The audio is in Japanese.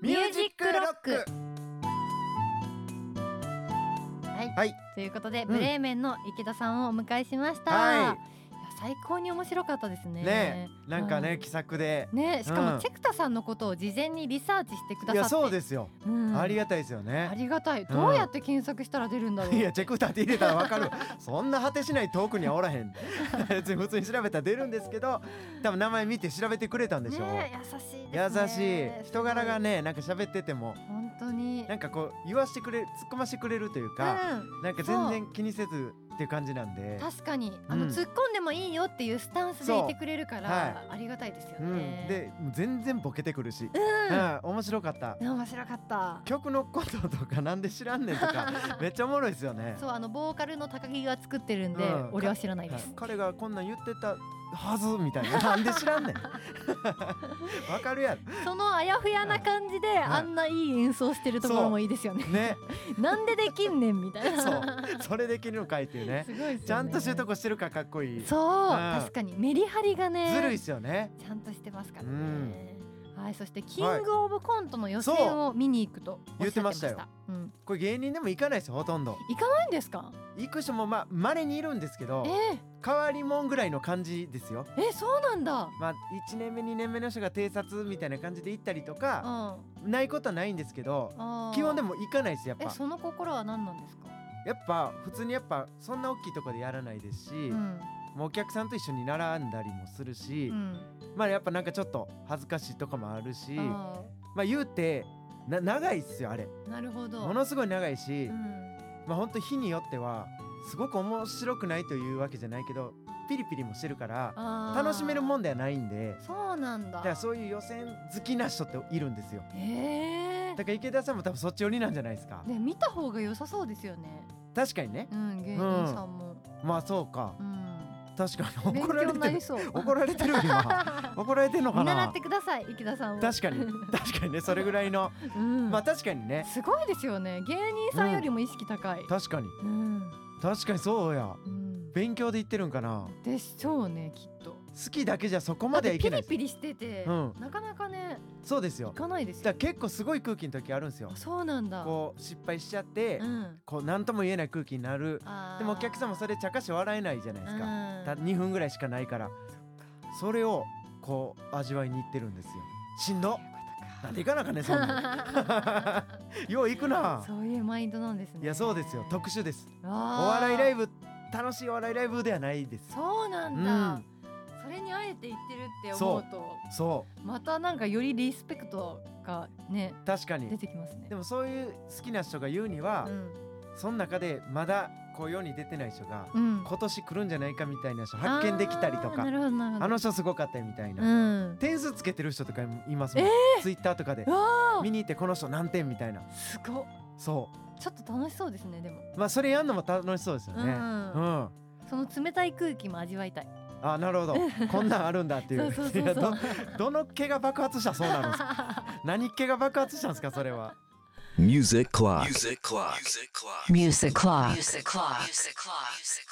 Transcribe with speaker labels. Speaker 1: ミュージックロック
Speaker 2: はい、
Speaker 1: はい
Speaker 2: ということで、
Speaker 1: ん
Speaker 2: ブレーメンの池田さんをお迎えしました、
Speaker 1: はい
Speaker 2: いや最高に面白かったですね
Speaker 1: ねなんか
Speaker 2: う
Speaker 1: ね気さくで
Speaker 2: ねしか
Speaker 1: う
Speaker 2: も
Speaker 1: ん
Speaker 2: チェクタさんのことを事前にリサーチしてくださっ
Speaker 1: い
Speaker 2: て
Speaker 1: やそう
Speaker 2: す、
Speaker 1: ですよ
Speaker 2: うん
Speaker 1: ありがたいですよ
Speaker 2: あ
Speaker 1: ね
Speaker 2: りがたい
Speaker 1: ん
Speaker 2: どうやって検索したら出るんだろう、
Speaker 1: いやチェック歌って入れたらわかるそんな果てしない遠くにはおらへん 別に普通に調べたら出るんですけど多分名前見て調べてくれたんでしょう
Speaker 2: ね優しいです
Speaker 1: 優し
Speaker 2: ね
Speaker 1: い人柄がねなんか喋ってても
Speaker 2: すごい本当に
Speaker 1: なんかこう言わしてくれ突っ込ましてくれるというか、なんか全然気にせずっていう感じなん
Speaker 2: う
Speaker 1: で
Speaker 2: ん、確かにあの、
Speaker 1: うん
Speaker 2: 突っ込んでもいいよっていうスタンスでいてくれるから、
Speaker 1: は
Speaker 2: ありがたいですよね、
Speaker 1: うん、で全然ボケてくるし、
Speaker 2: うん
Speaker 1: うん、面白かった
Speaker 2: ね面白かった
Speaker 1: 曲のこととかなんで知らんねんとか めっちゃおもろいですよね
Speaker 2: そうあのボーカルの高木が作ってるんで、
Speaker 1: うん
Speaker 2: 俺は知らない
Speaker 1: は
Speaker 2: で
Speaker 1: い
Speaker 2: す、
Speaker 1: 彼がこんなん言ってたはずみたい ななんで知らん ねんわかるや
Speaker 2: そのあやふやな感じで、あんないい演奏してるところもいいですよね
Speaker 1: ろね
Speaker 2: なんでできんねんみたいな
Speaker 1: そうそれできるのかいっていうね
Speaker 2: すごいですよね
Speaker 1: ちゃんとしてるとこしてるからかっこいいず
Speaker 2: そう、
Speaker 1: うん
Speaker 2: 確かにメリハリがね
Speaker 1: るいっすよね
Speaker 2: ちゃんとしてますからね、
Speaker 1: うん
Speaker 2: はいそしてキングオブコントの予選
Speaker 1: はい
Speaker 2: を見に行くとおっしゃってました,、
Speaker 1: 言ってま
Speaker 2: うん、
Speaker 1: これ芸人でも行かないですよほとんど
Speaker 2: 行かないんですか
Speaker 1: 行く人もまあ稀にいるんですけど
Speaker 2: え
Speaker 1: 変わりもんぐらいの感じですよ
Speaker 2: ー、えそうなんだ
Speaker 1: まあ1年目2年目の人が偵察みたいな感じで行ったりと
Speaker 2: うん
Speaker 1: か
Speaker 2: あ
Speaker 1: ないことはないんですけど
Speaker 2: ー
Speaker 1: 基本でも行かないですやっ
Speaker 2: え
Speaker 1: ぱ
Speaker 2: その心は何なんですか、
Speaker 1: やっぱ普通にやっぱそんな大きいとこでやらないですし、
Speaker 2: うん
Speaker 1: もうお客さんと一緒に並んだりもするし、
Speaker 2: うん
Speaker 1: まあやっぱなんかちょっと恥ずかしいとかもあるしま
Speaker 2: あ
Speaker 1: あ言うてな長いっすよあれ
Speaker 2: ーなるほど
Speaker 1: ものすごい長いし、
Speaker 2: うん
Speaker 1: まあほんと日によってはすごく面白くないというわけじゃないけどピリピリもしてるから
Speaker 2: あー
Speaker 1: 楽しめるもんではないんで
Speaker 2: そうなんだ
Speaker 1: だからそういう予選好きな人っているんですよ
Speaker 2: ええ
Speaker 1: だから池田さんも多分そっち寄りなんじゃないですか
Speaker 2: ね見た方が良さそうですよね
Speaker 1: 確かにね
Speaker 2: うん芸人さんも、
Speaker 1: まあそうか
Speaker 2: うん、
Speaker 1: 確かに
Speaker 2: 勉
Speaker 1: 怒ら
Speaker 2: 強に
Speaker 1: れ
Speaker 2: な
Speaker 1: てる
Speaker 2: りそう
Speaker 1: 怒られてる今怒られてんのか
Speaker 2: 見習
Speaker 1: な
Speaker 2: ってください池田さんを
Speaker 1: 確 かに確かにねそれぐらいの
Speaker 2: うん
Speaker 1: まあ確かにね
Speaker 2: すごいですよね芸人さんよりも意識高い、
Speaker 1: 確かに
Speaker 2: うん
Speaker 1: 確かにそうや
Speaker 2: うん、
Speaker 1: 勉強で言ってるんかな
Speaker 2: でしょうねきっと
Speaker 1: 好きだけじゃそこまではいけない
Speaker 2: だってピリピリしてて、
Speaker 1: うん
Speaker 2: なかなかね
Speaker 1: そうですよ
Speaker 2: 行かないです
Speaker 1: だから
Speaker 2: よ
Speaker 1: 結構すごい空気の時あるんですよ
Speaker 2: あそうなんだ
Speaker 1: こう失敗しちゃって
Speaker 2: うん、
Speaker 1: こう何とも言えない空気になる
Speaker 2: あー
Speaker 1: でもお客さんもそれちゃかして笑えないじゃないですか
Speaker 2: うん
Speaker 1: た2分ぐらいしかないからそれをこう味わいに行ってるんですよしんどなんで行かなあかんねんそんな んよう行くな
Speaker 2: そういうマインドなんですね
Speaker 1: いやそうですよ特殊です
Speaker 2: お
Speaker 1: お笑いライ
Speaker 2: ブ
Speaker 1: ブ楽しいお笑いライブではないです
Speaker 2: そうな
Speaker 1: うん
Speaker 2: だ、
Speaker 1: ん
Speaker 2: それにあえて言ってるって思うと
Speaker 1: そ
Speaker 2: またなんかよりリスペクトがね
Speaker 1: う確か
Speaker 2: 出
Speaker 1: に
Speaker 2: てきますね
Speaker 1: でもそういう好きな人が言うには、
Speaker 2: うん
Speaker 1: その中でまだこう世に出てない人が
Speaker 2: うん
Speaker 1: 今年来るんじゃないかみたいな人発見できたりと
Speaker 2: あー
Speaker 1: か
Speaker 2: なるほどなるほど
Speaker 1: あの人すごかったよみたいな、
Speaker 2: うん
Speaker 1: 点数つけてる人とかいますもん、
Speaker 2: え
Speaker 1: ツイッターとかで
Speaker 2: うわ
Speaker 1: 見に行ってこの人何点みたいな
Speaker 2: ーすごっ
Speaker 1: そ
Speaker 2: ちょっと楽しそうですねでも、
Speaker 1: うまあそれやんのも楽しそうですよ
Speaker 2: う
Speaker 1: ねうん、
Speaker 2: んその冷たい空気も味わいたい
Speaker 1: あな るほどこんなんあるんだってい
Speaker 2: そううそうそう
Speaker 1: い
Speaker 2: そ
Speaker 1: や
Speaker 2: う
Speaker 1: どどの毛が爆発したらそうな るんですか何毛が爆発したんですかそれは
Speaker 3: Music clock. Music clock. Music clock.
Speaker 4: Music clock.
Speaker 3: Music clock. Music clock.